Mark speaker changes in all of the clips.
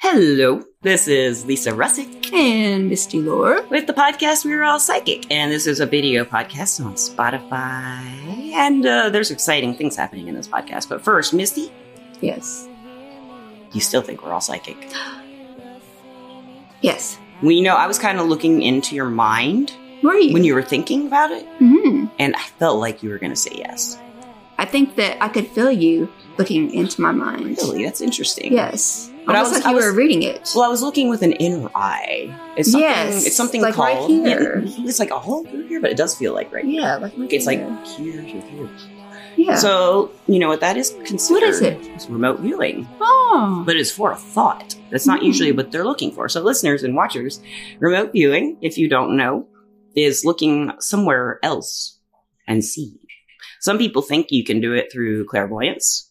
Speaker 1: Hello,
Speaker 2: This is Lisa Russick
Speaker 1: and Misty Lore.
Speaker 2: with the podcast We Were All Psychic, and this is a video podcast on Spotify. And uh, there's exciting things happening in this podcast. But first, Misty,
Speaker 1: Yes.
Speaker 2: you still think we're all psychic?
Speaker 1: Yes.
Speaker 2: We know I was kind of looking into your mind
Speaker 1: Were you?
Speaker 2: when you were thinking about it,
Speaker 1: Mhm.
Speaker 2: and I felt like you were going to say yes.
Speaker 1: I think that I could feel you looking into my mind.
Speaker 2: Really, that's interesting.
Speaker 1: Yes.
Speaker 2: But I
Speaker 1: Almost
Speaker 2: was-
Speaker 1: like you
Speaker 2: I was-
Speaker 1: were reading it.
Speaker 2: Well, I was looking with an inner eye. It's something,
Speaker 1: Yes,
Speaker 2: it's something
Speaker 1: like right
Speaker 2: called. yeah,
Speaker 1: here.
Speaker 2: it's like a hole through here, but it does feel like right here.
Speaker 1: yeah, like
Speaker 2: It's like here, here, here.
Speaker 1: yeah.
Speaker 2: So you know what that is considered?
Speaker 1: What is it?
Speaker 2: It's remote viewing,
Speaker 1: oh,
Speaker 2: but it's for a thought. That's not
Speaker 1: Mm.
Speaker 2: usually what they're looking for. So listeners and watchers, remote viewing, if you don't know, is looking somewhere else and seeing. Some people think you can do it through clairvoyance,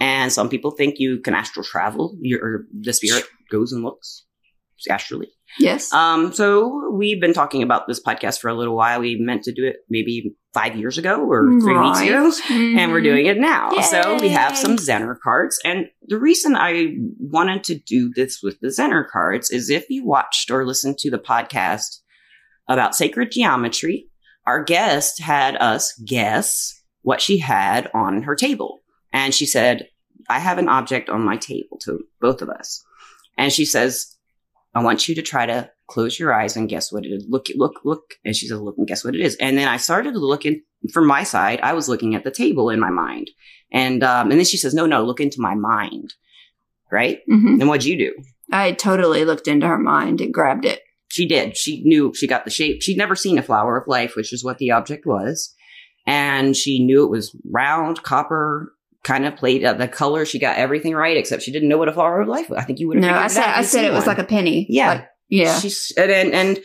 Speaker 2: and some people think you can astral travel. Your the spirit goes and looks astrally.
Speaker 1: yes.
Speaker 2: Um, so we've been talking about this podcast for a little while. We meant to do it maybe five years ago or three weeks
Speaker 1: Right. Mm-hmm.
Speaker 2: ago and we're doing it now.
Speaker 1: Yay.
Speaker 2: So we have some Zener cards. And the reason I wanted to do this with the Zener cards is if you watched or listened to the podcast about sacred geometry, our guest had us guess what she had on her table. And she said, I have an object on my table to both of us. And she says, I want you to try to close your eyes and guess what it is. Look, look, look. And she says, look and guess what it is. And then I started to look in from my side. I was looking at the table in my mind. And, um, and then she says, no, no, look into my mind. Right.
Speaker 1: Mhm.
Speaker 2: And what'd you do?
Speaker 1: I totally looked into her mind and grabbed it.
Speaker 2: She did. She knew she got the shape. She'd never seen a flower of life, which is what the object was. And she knew it was round, copper, kind of plate. Uh, the color, she got everything right, except she didn't know what a flower of life was. I think you would have
Speaker 1: No,
Speaker 2: figured
Speaker 1: I
Speaker 2: it
Speaker 1: said
Speaker 2: out if
Speaker 1: I
Speaker 2: you'd
Speaker 1: said
Speaker 2: seen
Speaker 1: it
Speaker 2: one.
Speaker 1: was like a penny.
Speaker 2: Yeah.
Speaker 1: Like- yeah.
Speaker 2: She's and and, and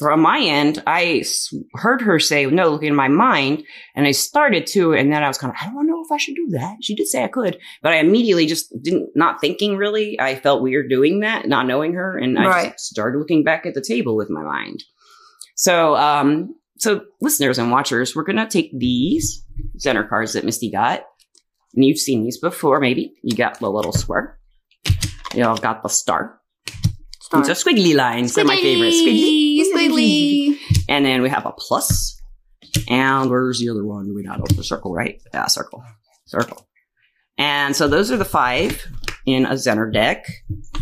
Speaker 2: from my end, I s- heard her say, "No, look in my mind," and I started to, and then I was kind of, I don't know if I should do that. She did say I could, but I immediately just didn't, not thinking really. I felt weird doing that, not knowing her, and I
Speaker 1: Right.
Speaker 2: just started looking back at the table with my mind. So, um, so listeners and watchers, we're gonna take these center cards that Misty got, and you've seen these before. Maybe you got the little square. You all got the star.
Speaker 1: Star.
Speaker 2: It's a squiggly line. It's my favorite.
Speaker 1: Squiggly, squiggly.
Speaker 2: And then we have a plus. And where's the other one? We got the circle, right? Yeah, circle. Circle. And so those are the five in a Zener deck.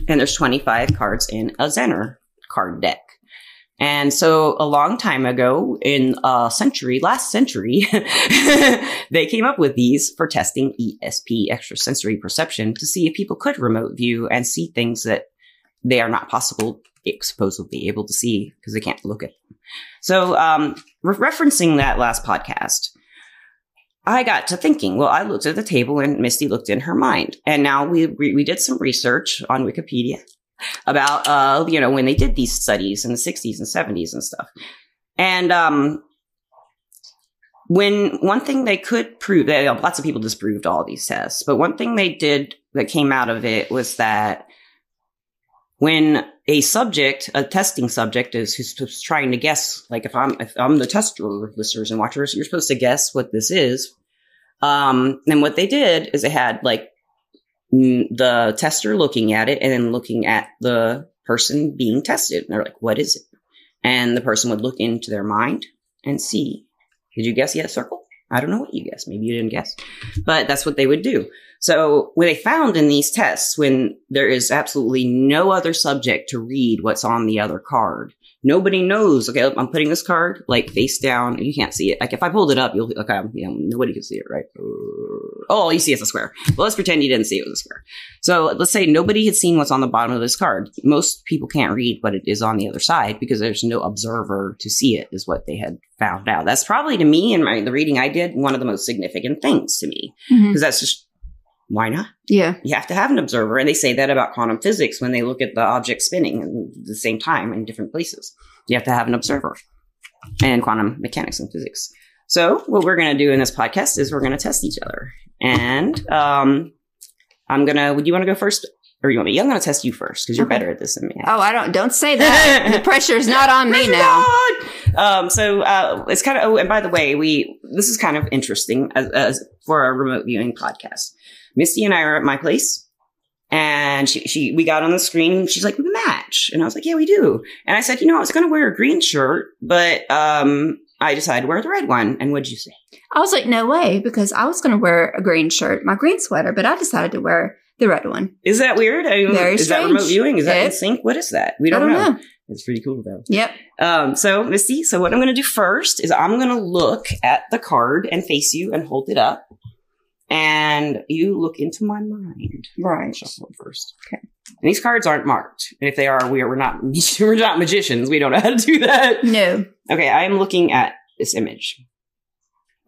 Speaker 2: And there's 25 cards in a Zener card deck. And so a long time ago, in a century, last century, they came up with these for testing E ESP, extrasensory perception, to see if people could remote view and see things that they are not possible supposedly able to see because they can't look at them. So, um, re- referencing that last podcast, I got to thinking. Well, I looked at the table, and Misty looked in her mind, and now we we, we did some research on Wikipedia about uh, you know when they did these studies in the sixties and seventies and stuff, and um. When one thing they could prove, they, lots of people disproved all these tests, but one thing they did that came out of it was that when a subject, a testing subject, is who's who's trying to guess, like if I'm if I'm the tester, listeners and watchers, you're supposed to guess what this is. Um, and what they did is they had like mm, the tester looking at it and then looking at the person being tested. And they're like, "What is it?" And the person would look into their mind and see. Did you guess yet? Circle. I don't know what you guessed. Maybe you didn't guess, but that's what they would do. So what they found in these tests, when there is absolutely no other subject to read what's on the other card, nobody knows. Okay, oh, I'm putting this card like face down. You can't see it. Like if I pulled it up, you'll okay. Yeah, nobody can see it, right? Uh, Oh, all you see is a square. Well, let's pretend you didn't see it was a square. So let's say nobody had seen what's on the bottom of this card. Most people can't read what it is on the other side because there's no observer to see it. Is what they had found out. That's probably to me and my the reading I did one of the most significant things to me
Speaker 1: Mhm.
Speaker 2: because that's just why not?
Speaker 1: Yeah.
Speaker 2: You have to have an observer. And they say that about quantum physics when they look at the object spinning at the same time in different places. You have to have an observer and quantum mechanics and physics. So, what we're going to do in this podcast is we're going to test each other. And um, I'm going to, would you want to go first? Or you want me? I'm going to test you first because you're
Speaker 1: Okay.
Speaker 2: better at this than me.
Speaker 1: Oh, I don't. Don't say that. the pressure's not on me now.
Speaker 2: Um, so uh, it's kind of. Oh, and by the way, we this is kind of interesting as, as for a remote viewing podcast. Misty and I are at my place, And she, she, we got on the screen. She's like, we match. And I was like, yeah, we do. And I said, you know, I was going to wear a green shirt, but, um, I decided to wear the red one. And what'd you say?
Speaker 1: I was like, no way, because I was going to wear a green shirt, my green sweater, but I decided to wear the red one.
Speaker 2: Is that weird? I mean,
Speaker 1: Very
Speaker 2: is that
Speaker 1: strange.
Speaker 2: remote viewing? Is that
Speaker 1: Yeah.
Speaker 2: in sync? What is that? We
Speaker 1: I
Speaker 2: don't, know.
Speaker 1: know.
Speaker 2: It's pretty cool though.
Speaker 1: Yep.
Speaker 2: Um, so Missy, so what I'm going to do first is I'm going to look at the card and face you and hold it up. And you look into my mind.
Speaker 1: Right.
Speaker 2: Shuffle it first.
Speaker 1: Okay.
Speaker 2: And these cards aren't marked. And if they are, we are, we're not, we're not magicians. We don't know how to do that.
Speaker 1: No.
Speaker 2: Okay, I am looking at this image.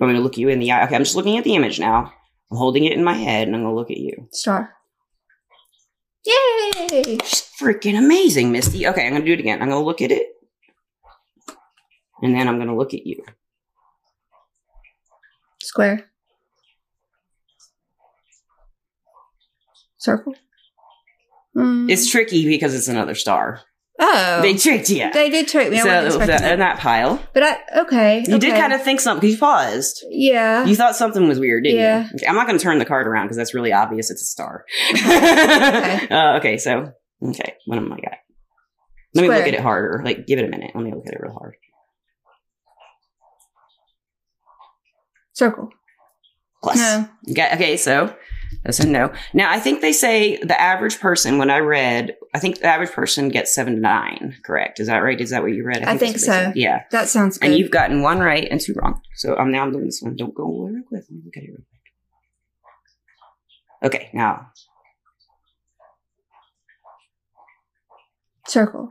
Speaker 2: I'm going to look you in the eye. Okay, I'm just looking at the image now. I'm holding it in my head and I'm going to look at you.
Speaker 1: Star. Yay!
Speaker 2: She's freaking amazing, Misty. Okay, I'm going to do it again. I'm going to look at it. And then I'm going to look at you.
Speaker 1: Square. Circle. Mm.
Speaker 2: It's tricky because it's another star.
Speaker 1: oh,
Speaker 2: They tricked you.
Speaker 1: They did trick me. I wasn't
Speaker 2: so,
Speaker 1: expecting
Speaker 2: that- in
Speaker 1: that.
Speaker 2: that pile.
Speaker 1: But I okay.
Speaker 2: You did
Speaker 1: okay.
Speaker 2: kind of think something because you paused.
Speaker 1: yeah.
Speaker 2: You thought something was weird, didn't
Speaker 1: Yeah.
Speaker 2: you? Okay, I'm not going to turn the card around because that's really obvious. It's a star.
Speaker 1: Okay.
Speaker 2: uh, okay, so, okay, what am I got? Let me
Speaker 1: Square.
Speaker 2: look at it harder. Like, give it a minute. Let me look at it real hard.
Speaker 1: Circle.
Speaker 2: Plus.
Speaker 1: No.
Speaker 2: Okay, okay, so that's a no. Now, I think they say the average person, when I read, I think the average person gets seven to nine, correct? Is that right? Is that what you read?
Speaker 1: I think
Speaker 2: that's what they
Speaker 1: so.
Speaker 2: said. Yeah.
Speaker 1: That sounds good.
Speaker 2: And you've gotten one right and two wrong. So I'm now doing this one. Don't go away real quick. Let me look at it real quick. Okay, now
Speaker 1: Circle.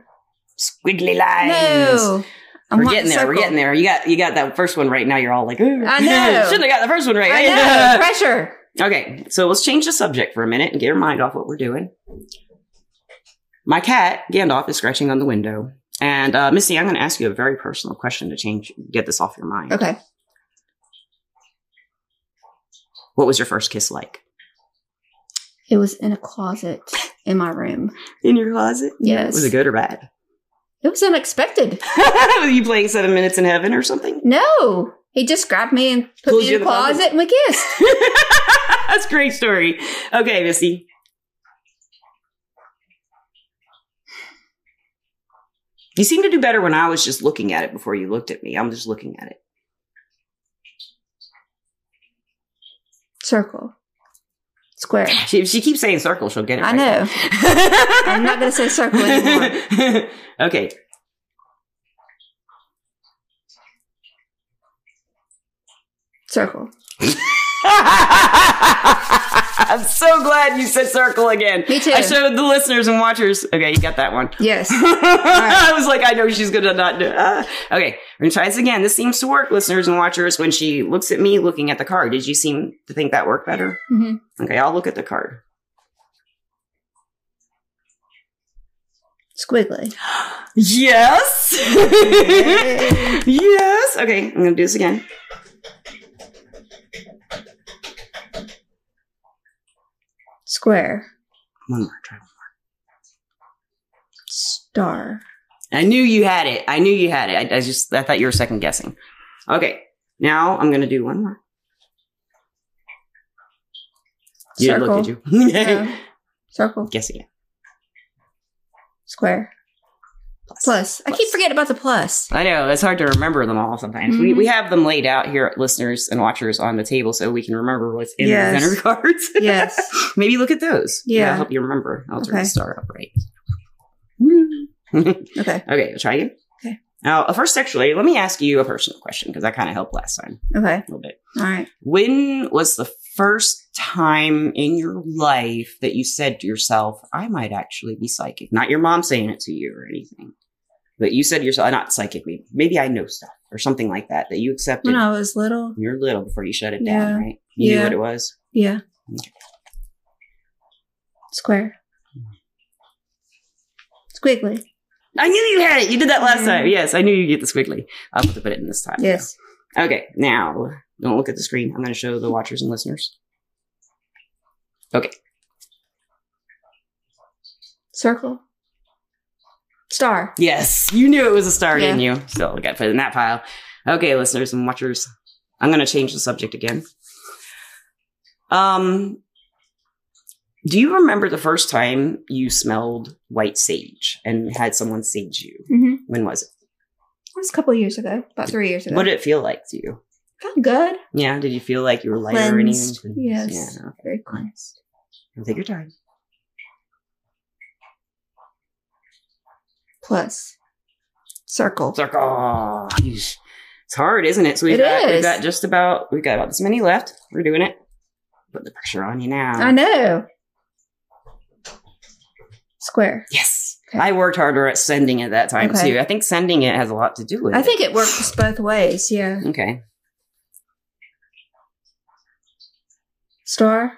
Speaker 2: squiggly lines.
Speaker 1: No. I'm
Speaker 2: We're
Speaker 1: wanting
Speaker 2: getting there. We're
Speaker 1: circle.
Speaker 2: getting there. You got you got that first one right. Now you're all like, "Ugh,
Speaker 1: I know.
Speaker 2: Shouldn't have got the first one right.
Speaker 1: I know. Pressure.
Speaker 2: Okay, so let's change the subject for a minute and get your mind off what we're doing. My cat Gandalf is scratching on the window, and uh, Missy, I'm going to ask you a very personal question to change get this off your mind.
Speaker 1: Okay.
Speaker 2: What was your first kiss like?
Speaker 1: It was in a closet in my room.
Speaker 2: In your closet?
Speaker 1: Yes.
Speaker 2: Was it good or bad?
Speaker 1: It was unexpected.
Speaker 2: Were you playing Seven Minutes in Heaven or something?
Speaker 1: No. He just grabbed me and put
Speaker 2: Pulled
Speaker 1: me
Speaker 2: you
Speaker 1: in
Speaker 2: in the
Speaker 1: the
Speaker 2: closet.
Speaker 1: closet and we kissed.
Speaker 2: That's a great story. Okay, Missy. You seem to do better when I was just looking at it before you looked at me. I'm just looking at it.
Speaker 1: Circle. Square.
Speaker 2: She, if she keeps saying circle, she'll get it.
Speaker 1: I
Speaker 2: right.
Speaker 1: know. I'm not going to say circle anymore.
Speaker 2: okay.
Speaker 1: Circle.
Speaker 2: I'm so glad you said circle again.
Speaker 1: Me too.
Speaker 2: I showed the listeners and watchers. Okay, you got that one.
Speaker 1: Yes.
Speaker 2: I was like, I know she's gonna not do. ah. Okay, we're gonna try this again. This seems to work, listeners and watchers. When she looks at me looking at the card, did you seem to think that worked better?
Speaker 1: hmm
Speaker 2: Okay, I'll look at the card.
Speaker 1: Squiggly.
Speaker 2: Yes.
Speaker 1: Yay.
Speaker 2: yes. Okay, I'm gonna do this again.
Speaker 1: Square.
Speaker 2: One more try.
Speaker 1: Star.
Speaker 2: I knew you had it. I knew you had it. I, I just I thought you were second guessing. Okay, now I'm gonna do one more. You didn't look, did you?
Speaker 1: No. Circle.
Speaker 2: Guess again.
Speaker 1: Square. Plus. I keep
Speaker 2: Plus.
Speaker 1: forgetting about the plus.
Speaker 2: I know it's hard to remember them all sometimes. We,
Speaker 1: Mhm.
Speaker 2: we have them laid out here, listeners and watchers, on the table so we can remember what's in
Speaker 1: Yes.
Speaker 2: the center cards.
Speaker 1: Yes.
Speaker 2: Maybe look at those.
Speaker 1: Yeah.
Speaker 2: That'll help you remember. I'll turn
Speaker 1: Okay.
Speaker 2: the star up right.
Speaker 1: Okay.
Speaker 2: Okay, we'll try again.
Speaker 1: Okay.
Speaker 2: Now, uh, first, actually, let me ask you a personal question because I kind of helped last time
Speaker 1: Okay.
Speaker 2: a little bit.
Speaker 1: All right.
Speaker 2: When was the first time in your life that you said to yourself, I might actually be psychic? Not your mom saying it to you or anything, but you said to yourself, not psychic, maybe, maybe I know stuff or something like that that you accepted
Speaker 1: When I was little.
Speaker 2: when you're little before you shut it
Speaker 1: Yeah.
Speaker 2: down, right? You
Speaker 1: Yeah.
Speaker 2: knew what it was.
Speaker 1: Yeah. Square. Squiggly.
Speaker 2: I knew you had it. You did that last
Speaker 1: Mhm.
Speaker 2: time. Yes, I knew you'd get this quickly. I'll have to put it in this time.
Speaker 1: Yes.
Speaker 2: Okay, now don't look at the screen. I'm going to show the watchers and listeners.
Speaker 1: Circle. Star.
Speaker 2: Yes, you knew it was a star,
Speaker 1: Yeah.
Speaker 2: didn't you? Still got to put it in that pile. Okay, listeners and watchers, I'm going to change the subject again. Um, Do you remember the first time you smelled white sage and had someone sage you?
Speaker 1: Mm-hmm.
Speaker 2: When was it?
Speaker 1: It was a couple of years ago, about three years ago.
Speaker 2: What did it feel like to you?
Speaker 1: Felt good.
Speaker 2: Yeah, did you feel like you were lighter or anything?
Speaker 1: Cleansed. Yes.
Speaker 2: Yeah.
Speaker 1: Very cleansed.
Speaker 2: no. Take your time.
Speaker 1: Plus, circle.
Speaker 2: It's like, oh, geez. it's hard, isn't it? So we've
Speaker 1: It
Speaker 2: got, we've
Speaker 1: is.
Speaker 2: got just about we've got about this many left. We're doing it. Put the pressure on you now.
Speaker 1: I know. Square.
Speaker 2: Yes.
Speaker 1: Okay.
Speaker 2: I worked harder at sending it that time
Speaker 1: Okay.
Speaker 2: too. I think sending it has a lot to do with
Speaker 1: I think it works both ways. Yeah.
Speaker 2: it. Okay.
Speaker 1: Star.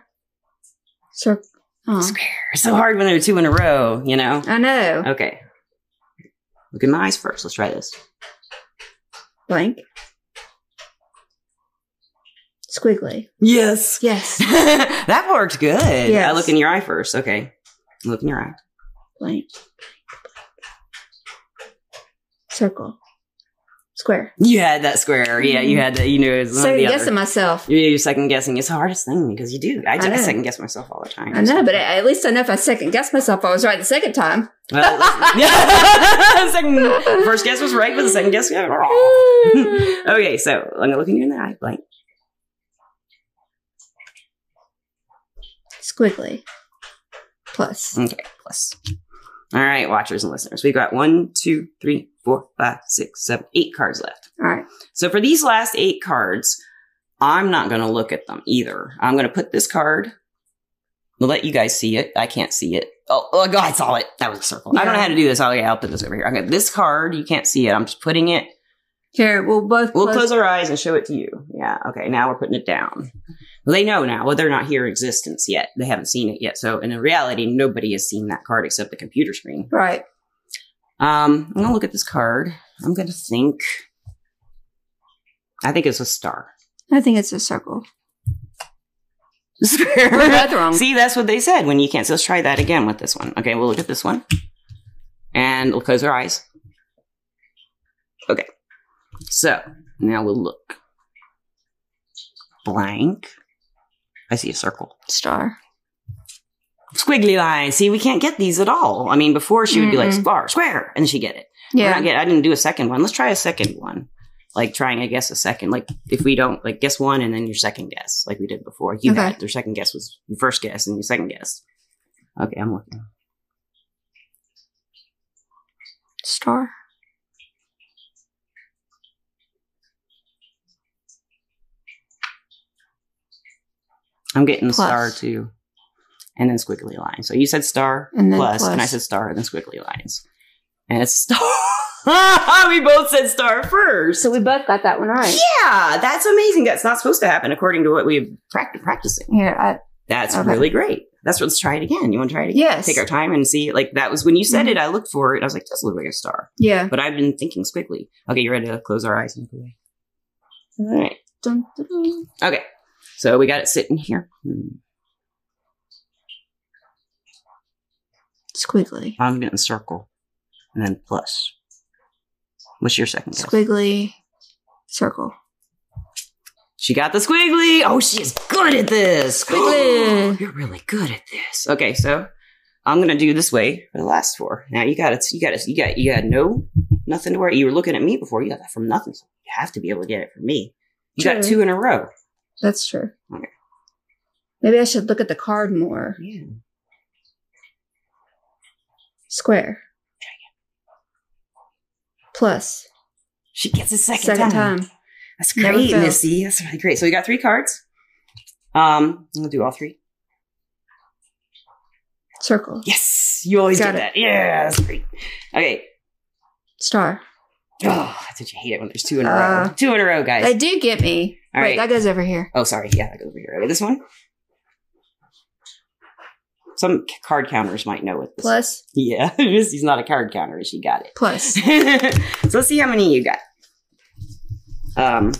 Speaker 1: Circle. Oh,
Speaker 2: Square. It's so hard when there are two in a row, you know?
Speaker 1: I know.
Speaker 2: Okay. Look in my eyes first. Let's try this.
Speaker 1: Blank. Squiggly.
Speaker 2: Yes.
Speaker 1: Yes.
Speaker 2: that worked good. I
Speaker 1: Yes.
Speaker 2: look in your eye first. Okay. Look in your eye.
Speaker 1: Blank. Circle. Square.
Speaker 2: You had that square. Yeah,
Speaker 1: Mm-hmm.
Speaker 2: you had that. You knew it was one or
Speaker 1: Second
Speaker 2: the other.
Speaker 1: guessing myself.
Speaker 2: Yeah, you're second guessing. It's the hardest thing because you do. I,
Speaker 1: I
Speaker 2: I,
Speaker 1: know.
Speaker 2: second guess myself all the time.
Speaker 1: I know, but I- at least I know if I second guess myself, I was right the second time.
Speaker 2: Well, listen. second, first guess was right, but the second guess was wrong. Okay, so I'm gonna look in you in the eye, like
Speaker 1: Squiggly. Plus.
Speaker 2: okay, plus. All right, watchers and listeners, we've got one, two, three, four, five, six, seven, eight cards left.
Speaker 1: All right.
Speaker 2: So for these last eight cards, I'm not going to look at them either. I'm going to put this card. I'll let you guys see it. I can't see it. Oh, oh God, I saw it. That was a circle. I don't know how to do this. I'll, yeah, I'll put this over here. Okay, this card, you can't see it. I'm just putting it.
Speaker 1: Here, we'll both
Speaker 2: We'll
Speaker 1: close-
Speaker 2: close our eyes and show it to you. Yeah, okay, now we're putting it down. They know now. Well, they're not here in existence yet. They haven't seen it yet. So in reality, nobody has seen that card except the computer screen.
Speaker 1: Right.
Speaker 2: Um, I'm gonna look at this card. I'm gonna think. I think it's a star.
Speaker 1: I think it's a circle. We're both
Speaker 2: Square.
Speaker 1: wrong.
Speaker 2: See, that's what they said when you can't. So let's try that again with this one. Okay, we'll look at this one. And we'll close our eyes. Okay. So now we'll look. Blank. I see a circle.
Speaker 1: Star.
Speaker 2: Squiggly line. See, we can't get these at all. I mean, before she would be like
Speaker 1: Mm-mm.
Speaker 2: square, square, and then she'd get it. We're not
Speaker 1: Yeah.
Speaker 2: get- I didn't do a second one. Let's try a second one. Like trying, I guess, a second. Like if we don't like guess one and then your second guess, like we did before. You
Speaker 1: Okay.
Speaker 2: had it. Your second guess was your first guess and your second guess. Okay, I'm looking.
Speaker 1: Star.
Speaker 2: I'm getting the
Speaker 1: Plus.
Speaker 2: star too. And then squiggly lines. So you said star
Speaker 1: And then
Speaker 2: plus, and I
Speaker 1: plus.
Speaker 2: said star and then squiggly lines. And it's star. we both said star first.
Speaker 1: So we both got that one right.
Speaker 2: Yeah, that's amazing. That's not supposed to happen according to what we've practiced practicing.
Speaker 1: Here, I,
Speaker 2: That's
Speaker 1: Okay.
Speaker 2: really great. That's let's try it again. You want to try it again?
Speaker 1: Yes. Mm-hmm.
Speaker 2: Take our time and see. Like that was when you said it. I looked for it. I was like, "Does look like a star,"
Speaker 1: yeah.
Speaker 2: but I've been thinking squiggly. Okay, you ready to close our eyes and look away? All right.
Speaker 1: Dun, dun, dun.
Speaker 2: Okay. So we got it sitting here. Hmm.
Speaker 1: Squiggly.
Speaker 2: I'm getting circle, and then plus. What's your second guess?
Speaker 1: Squiggly. Circle.
Speaker 2: She got the squiggly. Oh, she is good at this. Oh,
Speaker 1: Squiggly.
Speaker 2: You're really good at this. Okay, so I'm gonna do this way for the last four. Now you got it. You got it. You got you got no nothing to worry. You were looking at me before. You got that from nothing. So you have to be able to get it from me. You got
Speaker 1: True.
Speaker 2: two in a row.
Speaker 1: That's true.
Speaker 2: Okay.
Speaker 1: Maybe I should look at the card more.
Speaker 2: Yeah.
Speaker 1: Square. Plus.
Speaker 2: She gets a second,
Speaker 1: Second
Speaker 2: time.
Speaker 1: time.
Speaker 2: That's
Speaker 1: Never
Speaker 2: great,
Speaker 1: fails.
Speaker 2: Missy. That's really great. So we got three cards. Um, we'll do all three.
Speaker 1: Circle.
Speaker 2: Yes, you always
Speaker 1: Got
Speaker 2: do
Speaker 1: it.
Speaker 2: that. Yeah, that's great. Okay.
Speaker 1: Star.
Speaker 2: Oh, did you hate it when there's two in a
Speaker 1: Uh,
Speaker 2: row? Two in a row, guys.
Speaker 1: They do get me.
Speaker 2: All
Speaker 1: Wait,
Speaker 2: right.
Speaker 1: that goes over here.
Speaker 2: Oh, sorry. Yeah, that goes over here. Okay, this one. Some c- card counters might know what this.
Speaker 1: Plus,
Speaker 2: Yeah, Missy's not a card counter. She got
Speaker 1: plus.
Speaker 2: it. so let's see how many you got. Um,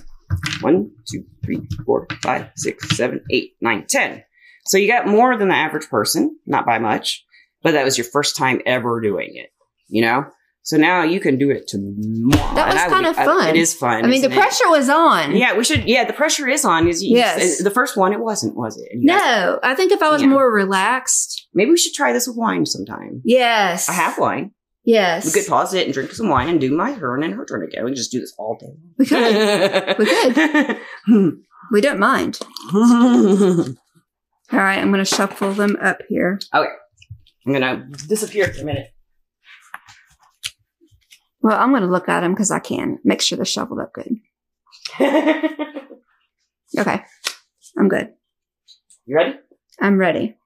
Speaker 2: one, two, three, four, five, six, seven, eight, nine, ten. So you got more than the average person, not by much, but that was your first time ever doing it. You know, So now you can do it tomorrow.
Speaker 1: That was
Speaker 2: And I
Speaker 1: kind
Speaker 2: would-
Speaker 1: of
Speaker 2: I-
Speaker 1: fun.
Speaker 2: it is fun.
Speaker 1: I mean, the
Speaker 2: isn't it?
Speaker 1: pressure was on.
Speaker 2: Yeah, we should. Yeah, the pressure is on. Is you-
Speaker 1: Yes.
Speaker 2: the first one it wasn't, was it? And you guys-
Speaker 1: No, I think if I was
Speaker 2: Yeah.
Speaker 1: more relaxed.
Speaker 2: maybe we should try this with wine sometime.
Speaker 1: Yes.
Speaker 2: I have wine.
Speaker 1: Yes.
Speaker 2: We could pause it and drink some wine and do my turn and her turn again. We can just do this all day.
Speaker 1: We could. We
Speaker 2: could.
Speaker 1: we don't mind. All right, I'm going to shuffle them up here.
Speaker 2: I'm gonna disappear for a minute.
Speaker 1: Well, I'm going to look at them because I can make sure they're shuffled up good. Okay, I'm good.
Speaker 2: you ready?
Speaker 1: I'm ready.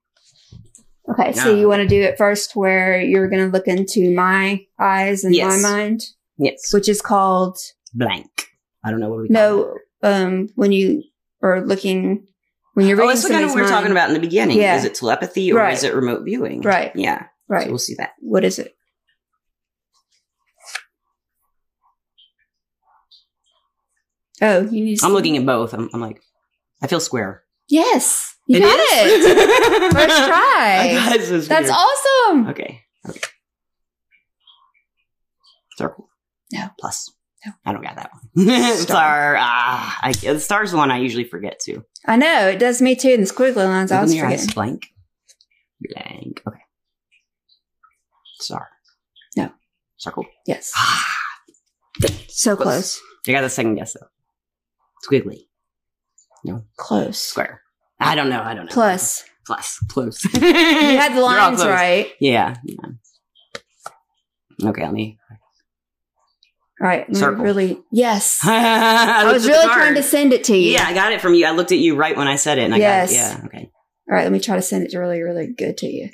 Speaker 1: Okay, so
Speaker 2: Now-
Speaker 1: you want to do it first where you're going to look into my eyes and
Speaker 2: Yes.
Speaker 1: my mind,
Speaker 2: Yes.
Speaker 1: which is called
Speaker 2: Blank. I don't know what we. call it.
Speaker 1: no. Um, when you are looking, when you're
Speaker 2: Oh,
Speaker 1: reading,
Speaker 2: that's the kind of what we were
Speaker 1: somebody's
Speaker 2: talking
Speaker 1: mind-
Speaker 2: about in the beginning.
Speaker 1: Yeah.
Speaker 2: Is it telepathy or
Speaker 1: Right.
Speaker 2: is it remote viewing?
Speaker 1: Right.
Speaker 2: Yeah. So
Speaker 1: Right.
Speaker 2: we'll see that.
Speaker 1: What is it? Oh, you need. To
Speaker 2: I'm looking at both. I'm, I'm like, I feel square.
Speaker 1: Yes, you got
Speaker 2: is?
Speaker 1: it. First try.
Speaker 2: I got it. This is
Speaker 1: That's
Speaker 2: weird.
Speaker 1: awesome.
Speaker 2: Okay. okay. Circle.
Speaker 1: No.
Speaker 2: Plus.
Speaker 1: No.
Speaker 2: I don't got that one. Star.
Speaker 1: Star.
Speaker 2: Ah, I, the star's the one I usually forget to.
Speaker 1: I know it does me too. And the squiggly lines, I
Speaker 2: Open
Speaker 1: was
Speaker 2: your eyes.
Speaker 1: forgetting.
Speaker 2: Blank. Blank. Okay. Star.
Speaker 1: No.
Speaker 2: Circle.
Speaker 1: Yes,
Speaker 2: Ah,
Speaker 1: so
Speaker 2: Close.
Speaker 1: close,
Speaker 2: I got the second guess though. Squiggly.
Speaker 1: close,
Speaker 2: Square. I don't know. I don't know.
Speaker 1: plus.
Speaker 2: Plus. Close.
Speaker 1: You had the lines right.
Speaker 2: Yeah. yeah. Okay, let me.
Speaker 1: All right, let me
Speaker 2: Circle.
Speaker 1: really. Yes, I,
Speaker 2: I,
Speaker 1: was
Speaker 2: looked at the
Speaker 1: really trying to
Speaker 2: card.
Speaker 1: send it to you.
Speaker 2: Yeah, I got it from you. I looked at you right when I said it, and I
Speaker 1: Yes.
Speaker 2: got it. Yeah. Okay.
Speaker 1: All right, let me try to send it really, really good to you.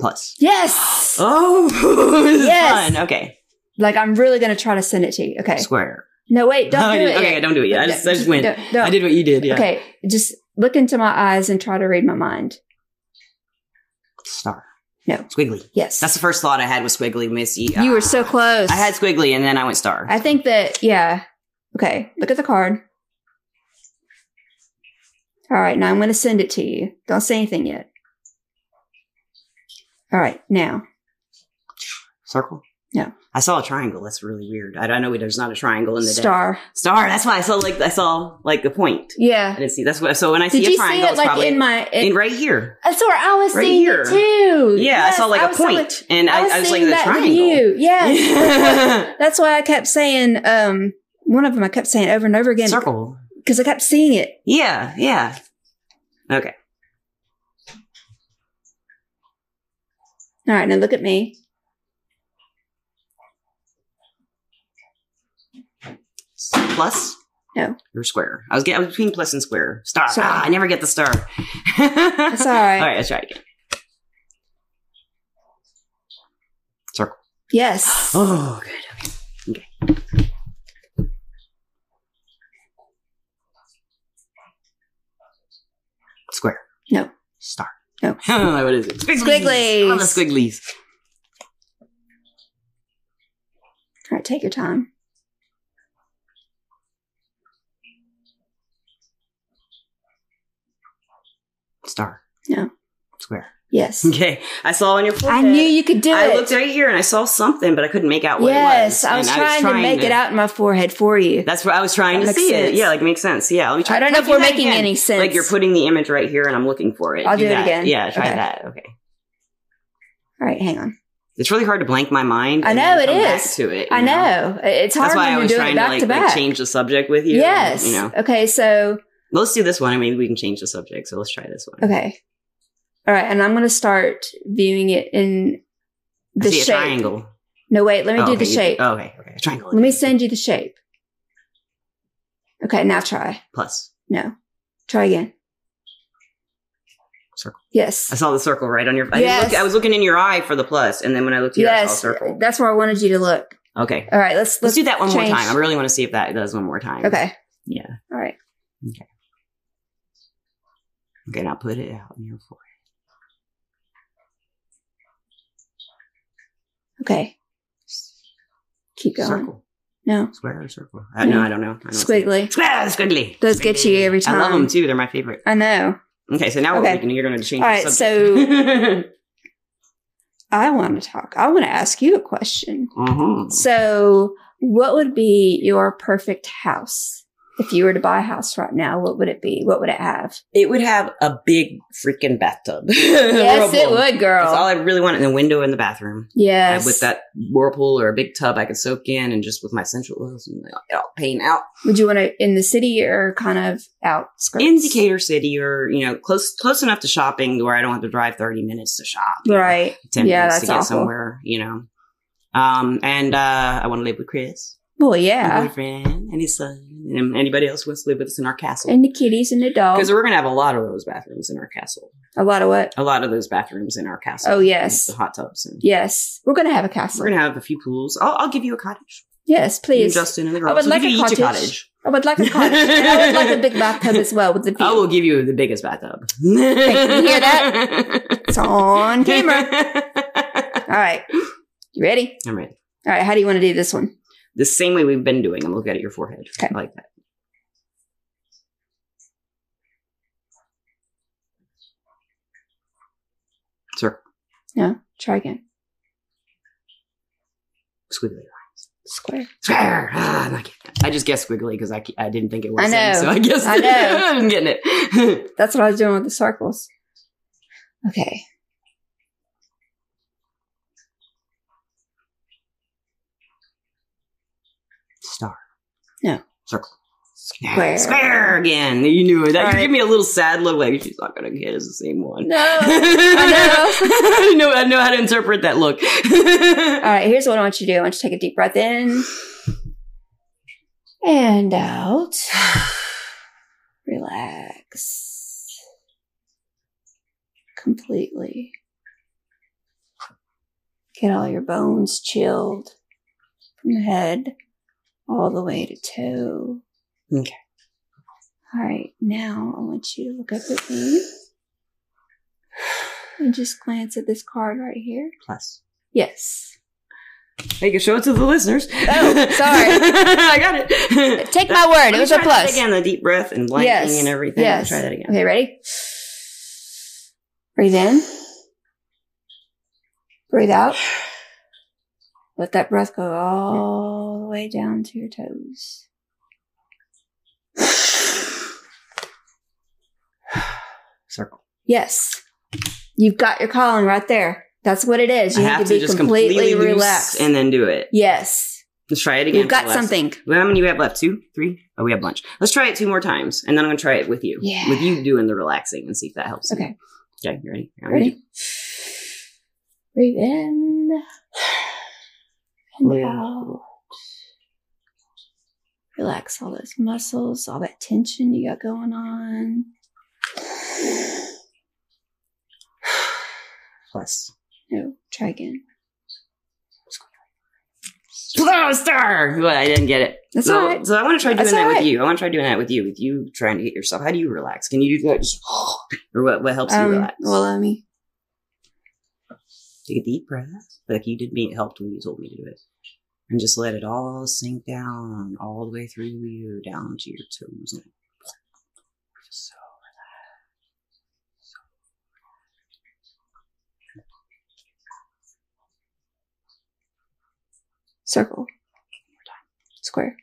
Speaker 2: Plus.
Speaker 1: Yes.
Speaker 2: Oh, this is
Speaker 1: Yes.
Speaker 2: fun. Okay.
Speaker 1: Like I'm really gonna try to send it to you. Okay.
Speaker 2: Square.
Speaker 1: No, wait. Don't
Speaker 2: I
Speaker 1: do
Speaker 2: did-
Speaker 1: it.
Speaker 2: okay,
Speaker 1: yet.
Speaker 2: don't do it yet. I just, I just went.
Speaker 1: Don't- don't.
Speaker 2: I did what you did. Yeah.
Speaker 1: Okay, just look into my eyes and try to read my mind.
Speaker 2: Star.
Speaker 1: No.
Speaker 2: Squiggly.
Speaker 1: Yes.
Speaker 2: That's the first thought I had was squiggly, Missy.
Speaker 1: you
Speaker 2: Ah.
Speaker 1: were so close.
Speaker 2: I had squiggly, and then I went star.
Speaker 1: I think that yeah. Okay, look at the card. All right, now I'm going to send it to you. Don't say anything yet. All right, now
Speaker 2: Circle.
Speaker 1: No.
Speaker 2: I saw a triangle. That's really weird. I, I know there's not a triangle in the deck.
Speaker 1: star.
Speaker 2: Star. That's why I saw like I saw like a point.
Speaker 1: Yeah.
Speaker 2: I didn't see. That's what. So when I
Speaker 1: Did
Speaker 2: see a
Speaker 1: you see
Speaker 2: triangle,
Speaker 1: it
Speaker 2: it's
Speaker 1: like
Speaker 2: probably
Speaker 1: in my?
Speaker 2: in,
Speaker 1: In,
Speaker 2: right here.
Speaker 1: that's where I was
Speaker 2: Right
Speaker 1: seeing
Speaker 2: here.
Speaker 1: it too.
Speaker 2: Yeah, I
Speaker 1: Yes,
Speaker 2: saw like
Speaker 1: I
Speaker 2: a
Speaker 1: was seeing
Speaker 2: point,
Speaker 1: it-
Speaker 2: and I, I was like
Speaker 1: seeing
Speaker 2: the
Speaker 1: that with
Speaker 2: triangle.
Speaker 1: you. Yeah.
Speaker 2: Yeah.
Speaker 1: that's why I kept saying um one of them. I kept saying over and over again
Speaker 2: Circle.
Speaker 1: because I kept seeing it.
Speaker 2: Yeah, yeah. Okay.
Speaker 1: All right, now look at me.
Speaker 2: Plus.
Speaker 1: No.
Speaker 2: Or square. I was getting I was between plus and square. Star.
Speaker 1: Star.
Speaker 2: Ah, I never get the star.
Speaker 1: That's all right.
Speaker 2: All right, let's try it again. Circle.
Speaker 1: Yes.
Speaker 2: Oh, good. Okay. Okay. Square.
Speaker 1: No.
Speaker 2: Star.
Speaker 1: No.
Speaker 2: what is it?
Speaker 1: Squigglies.
Speaker 2: Oh, the squigglies.
Speaker 1: All right, take your time.
Speaker 2: Star.
Speaker 1: No.
Speaker 2: Square.
Speaker 1: Yes.
Speaker 2: Okay. I saw on your
Speaker 1: I
Speaker 2: forehead.
Speaker 1: knew you could do
Speaker 2: I
Speaker 1: it.
Speaker 2: looked right here and I saw something, but I couldn't make out what
Speaker 1: yes,
Speaker 2: it was.
Speaker 1: I was
Speaker 2: And
Speaker 1: trying, to make it out in my forehead for you.
Speaker 2: That's what I was trying to
Speaker 1: That makes
Speaker 2: see it.
Speaker 1: sense.
Speaker 2: Yeah, like it makes sense. Yeah, let me try.
Speaker 1: I don't
Speaker 2: try
Speaker 1: know if
Speaker 2: do
Speaker 1: we're
Speaker 2: that
Speaker 1: making
Speaker 2: again.
Speaker 1: any sense.
Speaker 2: Like you're putting the image right here, and I'm looking for it.
Speaker 1: I'll do it
Speaker 2: that.
Speaker 1: again.
Speaker 2: Yeah, try
Speaker 1: Okay.
Speaker 2: that. Okay.
Speaker 1: All right, hang on.
Speaker 2: It's really hard to blank my mind.
Speaker 1: I
Speaker 2: and
Speaker 1: know,
Speaker 2: then
Speaker 1: it
Speaker 2: come back
Speaker 1: is.
Speaker 2: to it.
Speaker 1: I
Speaker 2: you
Speaker 1: know it's hard
Speaker 2: That's why
Speaker 1: when
Speaker 2: I
Speaker 1: you're
Speaker 2: was
Speaker 1: doing
Speaker 2: trying
Speaker 1: it
Speaker 2: to
Speaker 1: back
Speaker 2: like,
Speaker 1: to
Speaker 2: like,
Speaker 1: back.
Speaker 2: change the subject with you.
Speaker 1: yes.
Speaker 2: You know,
Speaker 1: Okay. So
Speaker 2: let's do this one. I mean, we can change the subject. So let's try this one.
Speaker 1: okay. All right, and I'm gonna start viewing it in
Speaker 2: I
Speaker 1: the
Speaker 2: see a
Speaker 1: shape.
Speaker 2: triangle.
Speaker 1: No, wait. Let me
Speaker 2: Oh,
Speaker 1: do the
Speaker 2: okay, you-
Speaker 1: shape.
Speaker 2: oh, okay, okay, a triangle.
Speaker 1: Let me send you the shape. Okay, now try.
Speaker 2: Plus,
Speaker 1: No, try again.
Speaker 2: Circle.
Speaker 1: Yes.
Speaker 2: I saw the circle right on your. I, didn't
Speaker 1: Yes.
Speaker 2: look, I was looking in your eye for the plus, and then when I looked here, I saw a
Speaker 1: yes,
Speaker 2: circle.
Speaker 1: that's where I wanted you to look.
Speaker 2: Okay, let's,
Speaker 1: All right, let's let's,
Speaker 2: do that one
Speaker 1: change.
Speaker 2: more time. I really want to see if that does one more time.
Speaker 1: Okay.
Speaker 2: Yeah.
Speaker 1: All right.
Speaker 2: Okay, now put it out on your forehead.
Speaker 1: Okay. Keep going.
Speaker 2: Circle,
Speaker 1: No.
Speaker 2: square, or circle. Uh, no,
Speaker 1: Yeah.
Speaker 2: I don't know. I don't see it.
Speaker 1: Squiggly.
Speaker 2: Square, squiggly.
Speaker 1: Those get you every
Speaker 2: I love them
Speaker 1: time.
Speaker 2: too. They're my favorite.
Speaker 1: I know.
Speaker 2: Okay, so now
Speaker 1: Okay.
Speaker 2: we're looking. You're going to change.
Speaker 1: All
Speaker 2: the
Speaker 1: right,
Speaker 2: subject.
Speaker 1: I want to talk. I want to ask you a question.
Speaker 2: Mhm.
Speaker 1: So, what would be your perfect house? If you were to buy a house right now, what would it be? What would it have?
Speaker 2: It would have a big freaking bathtub.
Speaker 1: Yes, it
Speaker 2: Whirlpool.
Speaker 1: would,
Speaker 2: That's all
Speaker 1: girl.
Speaker 2: I really want in the window in the bathroom. And
Speaker 1: Yes.
Speaker 2: with that whirlpool or a big tub I could soak in and just with my essential oils and like, you know, paint out.
Speaker 1: Would you want to in the city or kind of outskirts?
Speaker 2: In Decatur City or, you know, close close enough to shopping where I don't have to drive 30 minutes to shop. you know,
Speaker 1: Right.
Speaker 2: 10
Speaker 1: Yeah,
Speaker 2: minutes
Speaker 1: that's
Speaker 2: to get
Speaker 1: awful.
Speaker 2: somewhere, you know. Um, and uh, I want to live with Chris,
Speaker 1: Well,
Speaker 2: my
Speaker 1: yeah.
Speaker 2: boyfriend, and his son, and anybody else who wants to live with us in our castle.
Speaker 1: And the kitties and the
Speaker 2: Because
Speaker 1: dogs.
Speaker 2: we're going to have a lot of those bathrooms in our castle.
Speaker 1: A lot of what?
Speaker 2: A lot of those bathrooms in our castle.
Speaker 1: Oh, yes.
Speaker 2: The hot tubs. And
Speaker 1: Yes. We're going to have a castle.
Speaker 2: We're going to have a few pools. I'll, I'll give you a cottage.
Speaker 1: Yes,
Speaker 2: You,
Speaker 1: please.
Speaker 2: Justin and the
Speaker 1: I
Speaker 2: girls.
Speaker 1: would
Speaker 2: We
Speaker 1: like
Speaker 2: could
Speaker 1: a
Speaker 2: each
Speaker 1: cottage. I would like a cottage. and I would like a big bathtub as well with the
Speaker 2: I
Speaker 1: view.
Speaker 2: will give you the biggest bathtub. you
Speaker 1: hear It's on camera.
Speaker 2: camera.
Speaker 1: All right. You ready?
Speaker 2: I'm ready.
Speaker 1: All right. How do you want to do this one?
Speaker 2: The same way we've been doing. I'm looking at your forehead.
Speaker 1: Okay.
Speaker 2: I like that. Sir,
Speaker 1: Try again.
Speaker 2: squiggly.
Speaker 1: Square.
Speaker 2: Square. Ah, I like it. I just guessed squiggly because I, I didn't think it was.
Speaker 1: I
Speaker 2: him,
Speaker 1: know.
Speaker 2: so I guess
Speaker 1: I know.
Speaker 2: I'm getting it.
Speaker 1: That's what I was doing with the circles. Okay.
Speaker 2: Star.
Speaker 1: No.
Speaker 2: Circle.
Speaker 1: Square.
Speaker 2: Square again. You knew it. That,
Speaker 1: Right.
Speaker 2: You give me a little sad look like she's not gonna get us the same one.
Speaker 1: No.
Speaker 2: I know. I know how to interpret that look.
Speaker 1: All right. Here's what I want you to do. I want you to take a deep breath in and out. Relax completely. Get all your bones chilled from head all the way to toe.
Speaker 2: Okay.
Speaker 1: All right. Now I want you to look up at me and just glance at this card right here.
Speaker 2: Plus,
Speaker 1: Yes.
Speaker 2: hey, you can show it to the listeners.
Speaker 1: Oh, sorry.
Speaker 2: I got it.
Speaker 1: Take my
Speaker 2: Let
Speaker 1: word.
Speaker 2: me
Speaker 1: It was a
Speaker 2: try that
Speaker 1: plus.
Speaker 2: Again, the deep breath and blanking
Speaker 1: Yes.
Speaker 2: and everything.
Speaker 1: Yes.
Speaker 2: Try that again.
Speaker 1: Okay, ready? Breathe in. Breathe out. Let that breath go all the way down to your toes.
Speaker 2: Circle.
Speaker 1: Yes. You've got your calling right there. That's what it is.
Speaker 2: I
Speaker 1: You
Speaker 2: have
Speaker 1: need to be
Speaker 2: just
Speaker 1: completely,
Speaker 2: loose
Speaker 1: relaxed.
Speaker 2: and then do it.
Speaker 1: yes.
Speaker 2: Let's try it again.
Speaker 1: You've got
Speaker 2: for the last-
Speaker 1: something.
Speaker 2: Well, how many we have left? Two, three. Oh, we have lunch. Let's try it two more times, and then I'm gonna try it with you.
Speaker 1: Yeah.
Speaker 2: With you doing the relaxing and see if that helps.
Speaker 1: Okay.
Speaker 2: Okay. You ready? I'm gonna do-
Speaker 1: Ready? Breathe in. And
Speaker 2: Breathe.
Speaker 1: out. Relax all those muscles, all that tension you got going on.
Speaker 2: Plus.
Speaker 1: No, try again.
Speaker 2: Slow star. Well, I didn't get it.
Speaker 1: That's
Speaker 2: so,
Speaker 1: all right.
Speaker 2: So I want to try doing
Speaker 1: That's
Speaker 2: that
Speaker 1: all
Speaker 2: with
Speaker 1: right.
Speaker 2: you. I want to try doing that with you. With you trying to get yourself. How do you relax? Can you do that? Just or what? What helps you
Speaker 1: Um,
Speaker 2: relax?
Speaker 1: well, let me.
Speaker 2: Take a deep breath, like you did me. It helped when you told me to do it, and just let it all sink down, all the way through you, down to your toes. So
Speaker 1: Circle. Square.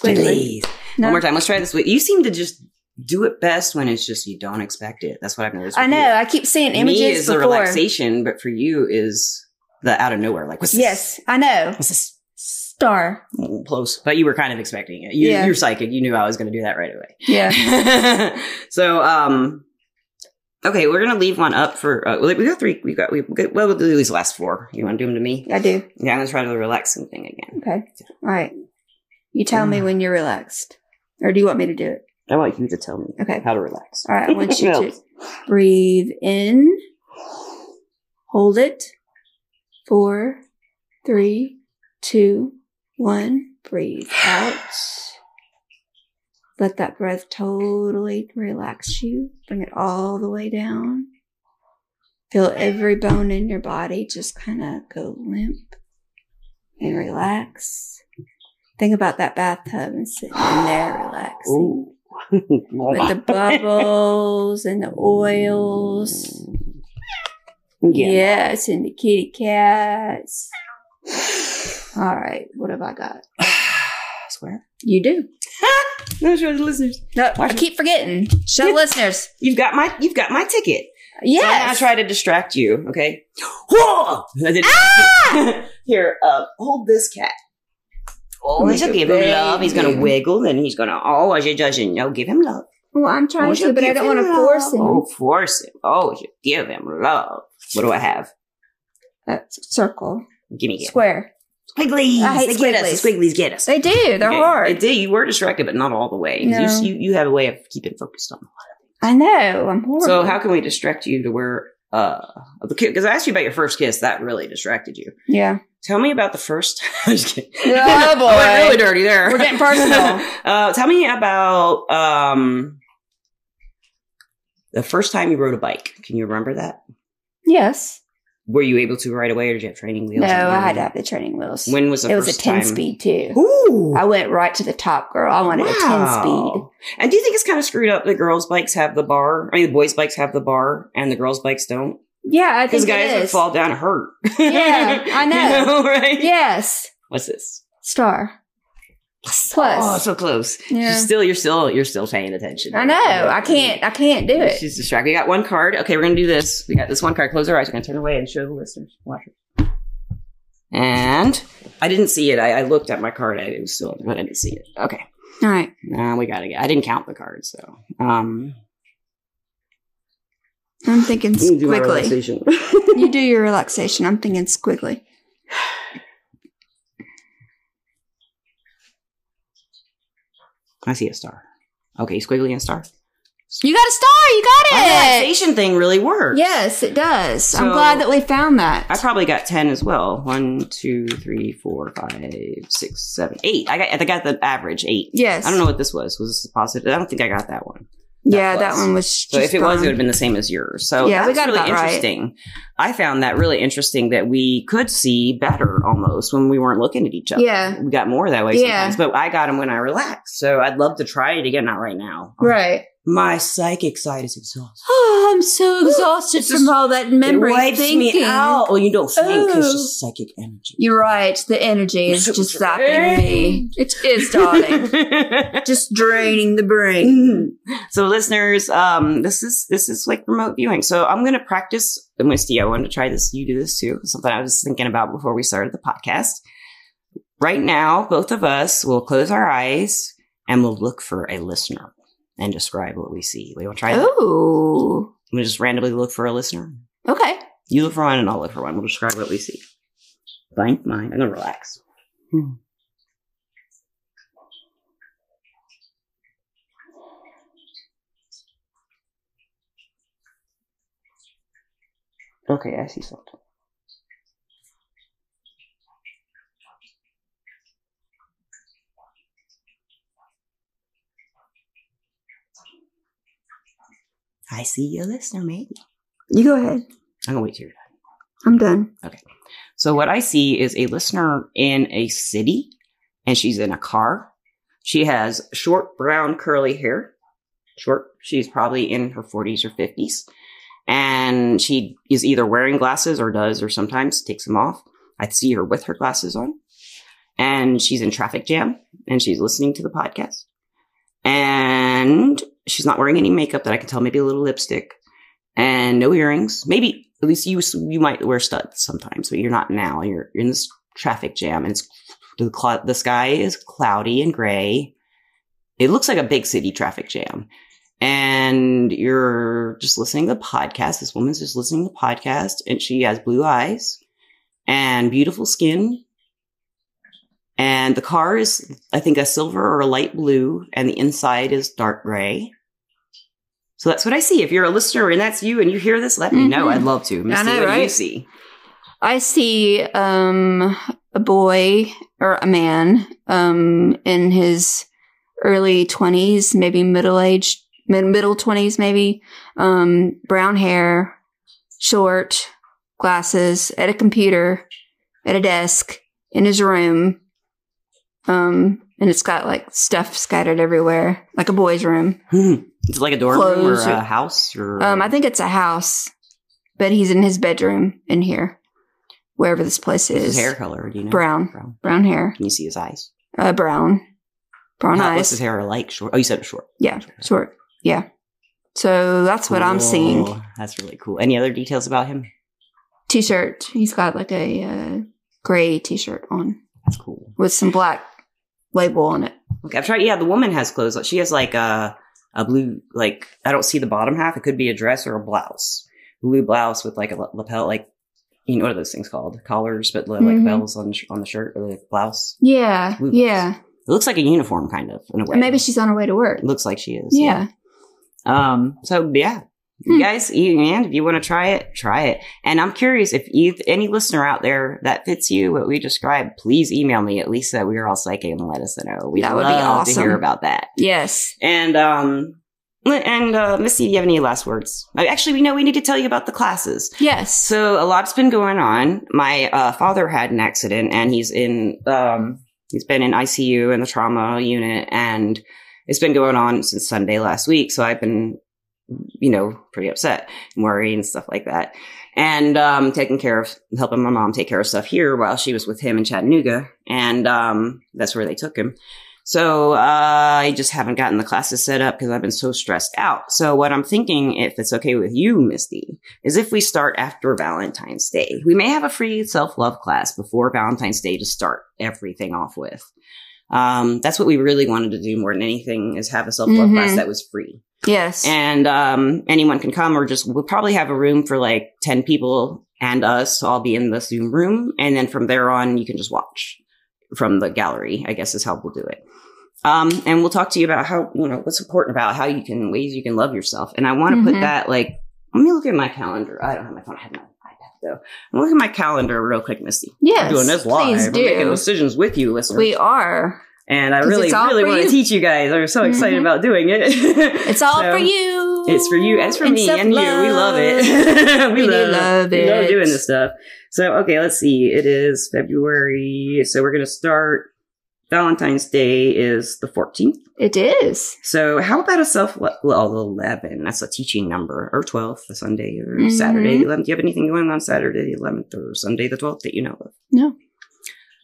Speaker 2: Please.
Speaker 1: No.
Speaker 2: One more time. Let's try this. With you seem to just do it best when it's just you don't expect it. That's what I've noticed.
Speaker 1: I
Speaker 2: with you.
Speaker 1: know. I keep seeing images
Speaker 2: me is the
Speaker 1: before.
Speaker 2: relaxation, but for you is the out of nowhere. Like what's this?
Speaker 1: Yes, I know.
Speaker 2: What's this?
Speaker 1: Star.
Speaker 2: Mm, Close, but you were kind of expecting it. You,
Speaker 1: Yeah.
Speaker 2: You're psychic. You knew I was going to do that right
Speaker 1: Yeah.
Speaker 2: away. so, um, okay, we're going to leave one up for. Uh, we we got three. We got. We got- well, we'll do these last four. You want to do them to me?
Speaker 1: I do.
Speaker 2: Yeah, I'm going to try to relax something again.
Speaker 1: Okay. All right. You tell me when you're relaxed, or do you want me to do it?
Speaker 2: I want you to tell me
Speaker 1: Okay.
Speaker 2: how to relax.
Speaker 1: All right. I want you
Speaker 2: No.
Speaker 1: to breathe in, hold it. Four, three, two, one. Breathe out. Let that breath totally relax you. Bring it all the way down. Feel every bone in your body just kind of go limp and relax. Think about that bathtub and sitting in there relaxing
Speaker 2: Ooh.
Speaker 1: with the bubbles and the oils. Yeah. Yes, and the kitty cats. All right, what have I got?
Speaker 2: swear.
Speaker 1: You do.
Speaker 2: No, show the listeners.
Speaker 1: No, I keep forgetting. Show listeners.
Speaker 2: You've got my you've got my ticket. I
Speaker 1: Yes.
Speaker 2: try to distract you, okay? Whoa! I did-
Speaker 1: Ah!
Speaker 2: Here, uh, hold this cat. Oh,
Speaker 1: Like
Speaker 2: so
Speaker 1: a
Speaker 2: give him love.
Speaker 1: baby.
Speaker 2: He's gonna wiggle, and he's gonna always you're judging. No, give him love.
Speaker 1: Well, I'm trying
Speaker 2: Oh,
Speaker 1: to, but I
Speaker 2: give
Speaker 1: don't want to
Speaker 2: love.
Speaker 1: force him.
Speaker 2: Oh, force him. Oh, you give him love. What do I have?
Speaker 1: Uh, circle,
Speaker 2: Give me it.
Speaker 1: square.
Speaker 2: Squigglies.
Speaker 1: I hate
Speaker 2: they get us. The Squigglies get us.
Speaker 1: They do. They're
Speaker 2: Okay.
Speaker 1: hard.
Speaker 2: I did. You were distracted, but not all the way. You
Speaker 1: No.
Speaker 2: s- You, you have a way of keeping focused on.
Speaker 1: I know. I'm horrible.
Speaker 2: So how can we distract you to where uh the kid? Because I asked you about your first kiss. That really distracted you.
Speaker 1: Yeah.
Speaker 2: Tell me about the first. I'm just kidding.
Speaker 1: Oh, boy.
Speaker 2: went really dirty there.
Speaker 1: We're getting personal.
Speaker 2: uh, tell me about um the first time you rode a bike. Can you remember that?
Speaker 1: Yes.
Speaker 2: Were you able to right away, or did you have training wheels?
Speaker 1: No, I
Speaker 2: on you?
Speaker 1: had to have the training wheels.
Speaker 2: When was the
Speaker 1: it
Speaker 2: first
Speaker 1: was a 10
Speaker 2: time?
Speaker 1: speed, too.
Speaker 2: Ooh,
Speaker 1: I went right to the top, girl. I wanted a 10 speed.
Speaker 2: Wow. And do you think it's kind of screwed up that girls' bikes have the bar? I mean, the boys' bikes have the bar, and the girls' bikes don't.
Speaker 1: Yeah, I
Speaker 2: Because
Speaker 1: think
Speaker 2: guys
Speaker 1: it
Speaker 2: would
Speaker 1: is.
Speaker 2: fall down and hurt.
Speaker 1: Yeah, I know.
Speaker 2: You right?
Speaker 1: Yes.
Speaker 2: What's this?
Speaker 1: Star.
Speaker 2: Plus.
Speaker 1: Plus.
Speaker 2: Oh, so close.
Speaker 1: Yeah.
Speaker 2: She's still, you're still, you're still paying attention.
Speaker 1: I know. I can't. I can't do it.
Speaker 2: She's distracted. We got one card. Okay, we're gonna do this. We got this one card. Close our eyes. We're gonna turn away and show the listeners. Watch it. And I didn't see it. I, I looked at my card. I, it was still, but I didn't see it. Okay.
Speaker 1: All right.
Speaker 2: Now we gotta get. I didn't count the cards, so. Um,
Speaker 1: I'm thinking
Speaker 2: let me do my
Speaker 1: squiggly.
Speaker 2: relaxation.
Speaker 1: You do your relaxation. I'm thinking squiggly.
Speaker 2: I see a star. Okay, squiggly and star.
Speaker 1: You got a star.
Speaker 2: My
Speaker 1: You got it.
Speaker 2: relaxation thing really works.
Speaker 1: Yes, it does. I'm
Speaker 2: So-
Speaker 1: glad that we found that.
Speaker 2: I probably got ten as well. One, two, three, four, five, six, seven, eight. I got I got the average eight.
Speaker 1: yes.
Speaker 2: I don't know what this was. Was this a positive? I don't think I got that one.
Speaker 1: yeah,
Speaker 2: that
Speaker 1: that
Speaker 2: was.
Speaker 1: one was.
Speaker 2: So
Speaker 1: just
Speaker 2: if it was,
Speaker 1: fine.
Speaker 2: it would have been the same as yours. So
Speaker 1: Yeah, we
Speaker 2: that's
Speaker 1: got
Speaker 2: really
Speaker 1: that right.
Speaker 2: interesting. I found that really interesting that we could see better almost when we weren't looking at each other.
Speaker 1: Yeah.
Speaker 2: we got more that way
Speaker 1: Yeah.
Speaker 2: sometimes. But I got them when I relaxed. So I'd love to try it again. Not right now.
Speaker 1: right.
Speaker 2: My psychic side is exhausted.
Speaker 1: Oh, I'm so exhausted
Speaker 2: It's
Speaker 1: from all that memory
Speaker 2: it wipes
Speaker 1: thinking.
Speaker 2: me out. Well, you don't think it's
Speaker 1: Oh.
Speaker 2: just psychic energy.
Speaker 1: You're right. The energy is
Speaker 2: So
Speaker 1: just zapping me.
Speaker 2: drained.
Speaker 1: It is, darling. just draining the brain.
Speaker 2: so listeners, um, this is this is like remote viewing. So I'm gonna practice and Misty, I wanted to try this. You do this too. Something I was thinking about before we started the podcast. Right now, both of us will close our eyes and we'll look for a listener and describe what we see. We will try that.
Speaker 1: Oh,
Speaker 2: We'll just randomly look for a listener.
Speaker 1: okay.
Speaker 2: You look for one and I'll look for one. We'll describe what we see. Blank mind. I'm gonna relax. Okay, I see something. I see a listener, maybe.
Speaker 1: You go ahead.
Speaker 2: I'm gonna wait till you're done.
Speaker 1: I'm done.
Speaker 2: So what I see is a listener in a city, and she's in a car. She has short brown curly hair. Short. She's probably in her 40s or 50s, and she is either wearing glasses or does, or sometimes takes them off. I see her with her glasses on, and she's in traffic jam, and she's listening to the podcast, and she's not wearing any makeup that I can tell. Maybe a little lipstick and no earrings. Maybe at least you you might wear studs sometimes, but you're not now. You're, you're in this traffic jam, and it's the cl- the sky is cloudy and gray. It looks like a big city traffic jam, and you're just listening to the podcast. This woman's just listening to the podcast, and she has blue eyes and beautiful skin. And the car is, I think, a silver or a light blue, and the inside is dark gray. So that's what I see. If you're a listener and that's you and you hear this, let me know.
Speaker 1: Mhm.
Speaker 2: I'd love to. Misty,
Speaker 1: know,
Speaker 2: what do you
Speaker 1: right?
Speaker 2: see?
Speaker 1: I see um a boy or a man um in his early 20s, maybe middle age, mid- middle 20s maybe. Um brown hair, short, glasses, at a computer, at a desk in his room. Um and it's got like stuff scattered everywhere, like a boy's room.
Speaker 2: Hmm. Is it like a dorm room or
Speaker 1: Clothes or-
Speaker 2: a house or
Speaker 1: Um I think it's a house. but he's in his bedroom in here, wherever this place
Speaker 2: His
Speaker 1: is.
Speaker 2: hair color, do you know?
Speaker 1: Brown,
Speaker 2: Brown.
Speaker 1: brown hair,
Speaker 2: Can you see his eyes?
Speaker 1: uh, brown, brown
Speaker 2: How- What's
Speaker 1: eyes.
Speaker 2: his hair like? Short. Oh, you said it was short.
Speaker 1: Yeah, short. Yeah. So that's what I'm
Speaker 2: Cool.
Speaker 1: seeing.
Speaker 2: That's really cool. Any other details about him?
Speaker 1: T-shirt. He's got like a uh, gray T-shirt on
Speaker 2: That's cool.
Speaker 1: with some black label on it.
Speaker 2: Okay, I've tried. Yeah, the woman has clothes. on. She has like a a blue like I don't see the bottom half. It could be a dress or a blouse. Blue blouse with like a la- lapel, like you know what are those things called? Collars, but like
Speaker 1: Mhm.
Speaker 2: bells on the sh- on the shirt or the blouse.
Speaker 1: Yeah,
Speaker 2: Blue
Speaker 1: yeah.
Speaker 2: It looks like a uniform, kind of in a way.
Speaker 1: And maybe she's on her way to work.
Speaker 2: it looks like she is.
Speaker 1: Yeah.
Speaker 2: Um. So yeah, you
Speaker 1: Hmm.
Speaker 2: guys, you, and if you want to try it, try it. And I'm curious if you, any listener out there that fits you, what we described, please email me at Lisa. We are all psychic and let us know. We'd
Speaker 1: That would be
Speaker 2: love to
Speaker 1: awesome.
Speaker 2: hear about that.
Speaker 1: Yes.
Speaker 2: And um. And uh, Missy, do you have any last words? Uh, Actually, we know we need to tell you about the classes.
Speaker 1: Yes.
Speaker 2: So a lot's been going on. My uh, father had an accident, and he's in um, he's been in ICU in the trauma unit, and it's been going on since Sunday last week. So I've been, you know, pretty upset and worried and stuff like that, and um, taking care of helping my mom take care of stuff here while she was with him in Chattanooga, and um, that's where they took him. So uh, I just haven't gotten the classes set up because I've been so stressed out. So what I'm thinking, if it's okay with you, Misty, is if we start after Valentine's Day. We may have a free self love class before Valentine's Day to start everything off with. Um, that's what we really wanted to do more than anything is have a self love
Speaker 1: Mhm.
Speaker 2: class that was free.
Speaker 1: yes.
Speaker 2: And um, anyone can come or just we'll probably have a room for like 10 people and us all be in the Zoom room. And then from there on, you can just watch from the gallery, I guess is how we'll do it. Um, and we'll talk to you about how, you know, what's important about how you can, ways you can love yourself. And I want to put
Speaker 1: Mhm.
Speaker 2: that like, let me look at my calendar. I don't have my phone. I have my iPad though. I'm looking at my calendar real quick, Misty.
Speaker 1: yes.
Speaker 2: I'm doing this live.
Speaker 1: Please
Speaker 2: I'm making
Speaker 1: do.
Speaker 2: decisions with you, listeners.
Speaker 1: We are.
Speaker 2: and I
Speaker 1: 'cause
Speaker 2: really,
Speaker 1: it's all
Speaker 2: really
Speaker 1: for
Speaker 2: want
Speaker 1: you.
Speaker 2: to teach you guys. I'm so excited
Speaker 1: Mhm.
Speaker 2: about doing it.
Speaker 1: It's all
Speaker 2: So-
Speaker 1: for you.
Speaker 2: it's for you. It's for me and you. We love
Speaker 1: self-love.
Speaker 2: it.
Speaker 1: We do love
Speaker 2: We love
Speaker 1: it.
Speaker 2: doing this stuff. So okay, let's see. It is February. So we're gonna start. Valentine's Day is the 14th.
Speaker 1: it is.
Speaker 2: So how about a self love? Well, 11. That's a teaching number, or 12, the Sunday or
Speaker 1: Mhm.
Speaker 2: Saturday. the 11th. Do you have anything going on Saturday the 11th or Sunday the 12th that you know of?
Speaker 1: No.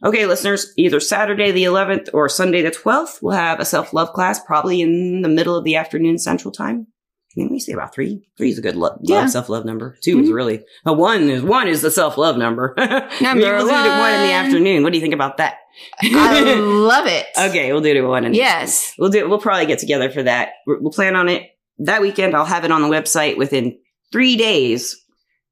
Speaker 2: Okay, listeners, either Saturday the 11th or Sunday the 12th, we'll have a self love class, probably in the middle of the afternoon Central Time. I mean, we say about three. Three is a good love,
Speaker 1: Yeah.
Speaker 2: self love number. 2 is
Speaker 1: Mhm.
Speaker 2: really a one is one is the self love number. number
Speaker 1: Number
Speaker 2: we'll do it at one in the
Speaker 1: one.
Speaker 2: afternoon. What do you think about that?
Speaker 1: I love it.
Speaker 2: okay, we'll do it at one in the
Speaker 1: Yes.
Speaker 2: We'll do. We'll probably get together for that. We're- We'll plan on it that weekend. I'll have it on the website within three days.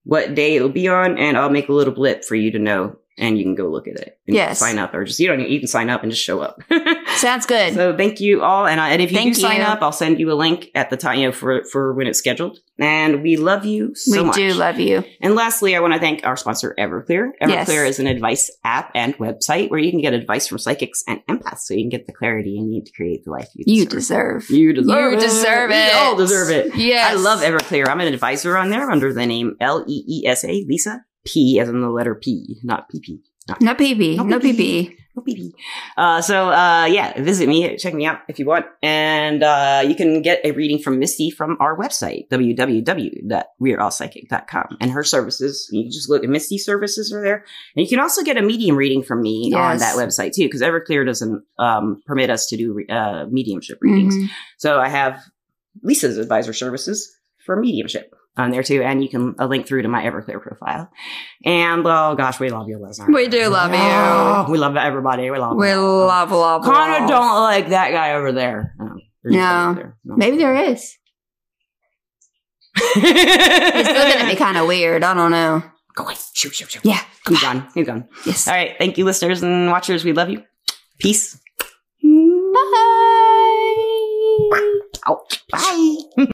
Speaker 2: What day it'll be on, and I'll make a little blip for you to know, and you can go look at it. And
Speaker 1: Yes.
Speaker 2: Sign up, or just you don't even- you can sign up and just show up.
Speaker 1: Sounds good.
Speaker 2: so thank you all, and, I, and if you
Speaker 1: Thank
Speaker 2: do sign
Speaker 1: you.
Speaker 2: up, I'll send you a link at the time you know for for when it's scheduled. And we love you so
Speaker 1: we
Speaker 2: much.
Speaker 1: do love you.
Speaker 2: And lastly, I want to thank our sponsor, Everclear. Everclear
Speaker 1: Yes.
Speaker 2: is an advice app and website where you can get advice from psychics and empaths so you can get the clarity you need to create the life you deserve.
Speaker 1: You
Speaker 2: You deserve
Speaker 1: deserve. You
Speaker 2: it.
Speaker 1: deserve
Speaker 2: We
Speaker 1: it.
Speaker 2: all deserve it.
Speaker 1: Yes.
Speaker 2: I love Everclear. I'm an advisor on there under the name L E E S A, Lisa P, as in the letter P, not PP.
Speaker 1: No PB.
Speaker 2: No
Speaker 1: No Mm-hmm.
Speaker 2: PB.
Speaker 1: PB.
Speaker 2: No PP. Oh, Uh, so, uh, yeah, visit me, check me out if you want. And uh, you can get a reading from Misty from our website, www.weareallpsychic.com. And her services, you can just look at Misty's services are there. And you can also get a medium reading from me on
Speaker 1: Yes.
Speaker 2: that website too, because Everclear doesn't um, permit us to do re- uh, mediumship readings.
Speaker 1: Mhm.
Speaker 2: So I have Lisa's advisor services for mediumship on there too, and you can a link through to my Everclear profile. And oh gosh, we love you, Liza.
Speaker 1: We do love you.
Speaker 2: Oh, we love everybody. We love.
Speaker 1: We
Speaker 2: you.
Speaker 1: love, love,
Speaker 2: Connor
Speaker 1: love.
Speaker 2: don't like that guy over there. Oh, there's
Speaker 1: No.
Speaker 2: nobody there. No.
Speaker 1: Maybe there is.
Speaker 2: He's
Speaker 1: He's looking at me kind of weird. I don't know.
Speaker 2: Go away. Shoot, shoot, shoot.
Speaker 1: Yeah.
Speaker 2: He's gone. He's gone.
Speaker 1: Yes.
Speaker 2: All right. Thank you, listeners and watchers. We love you. Peace.
Speaker 1: Bye.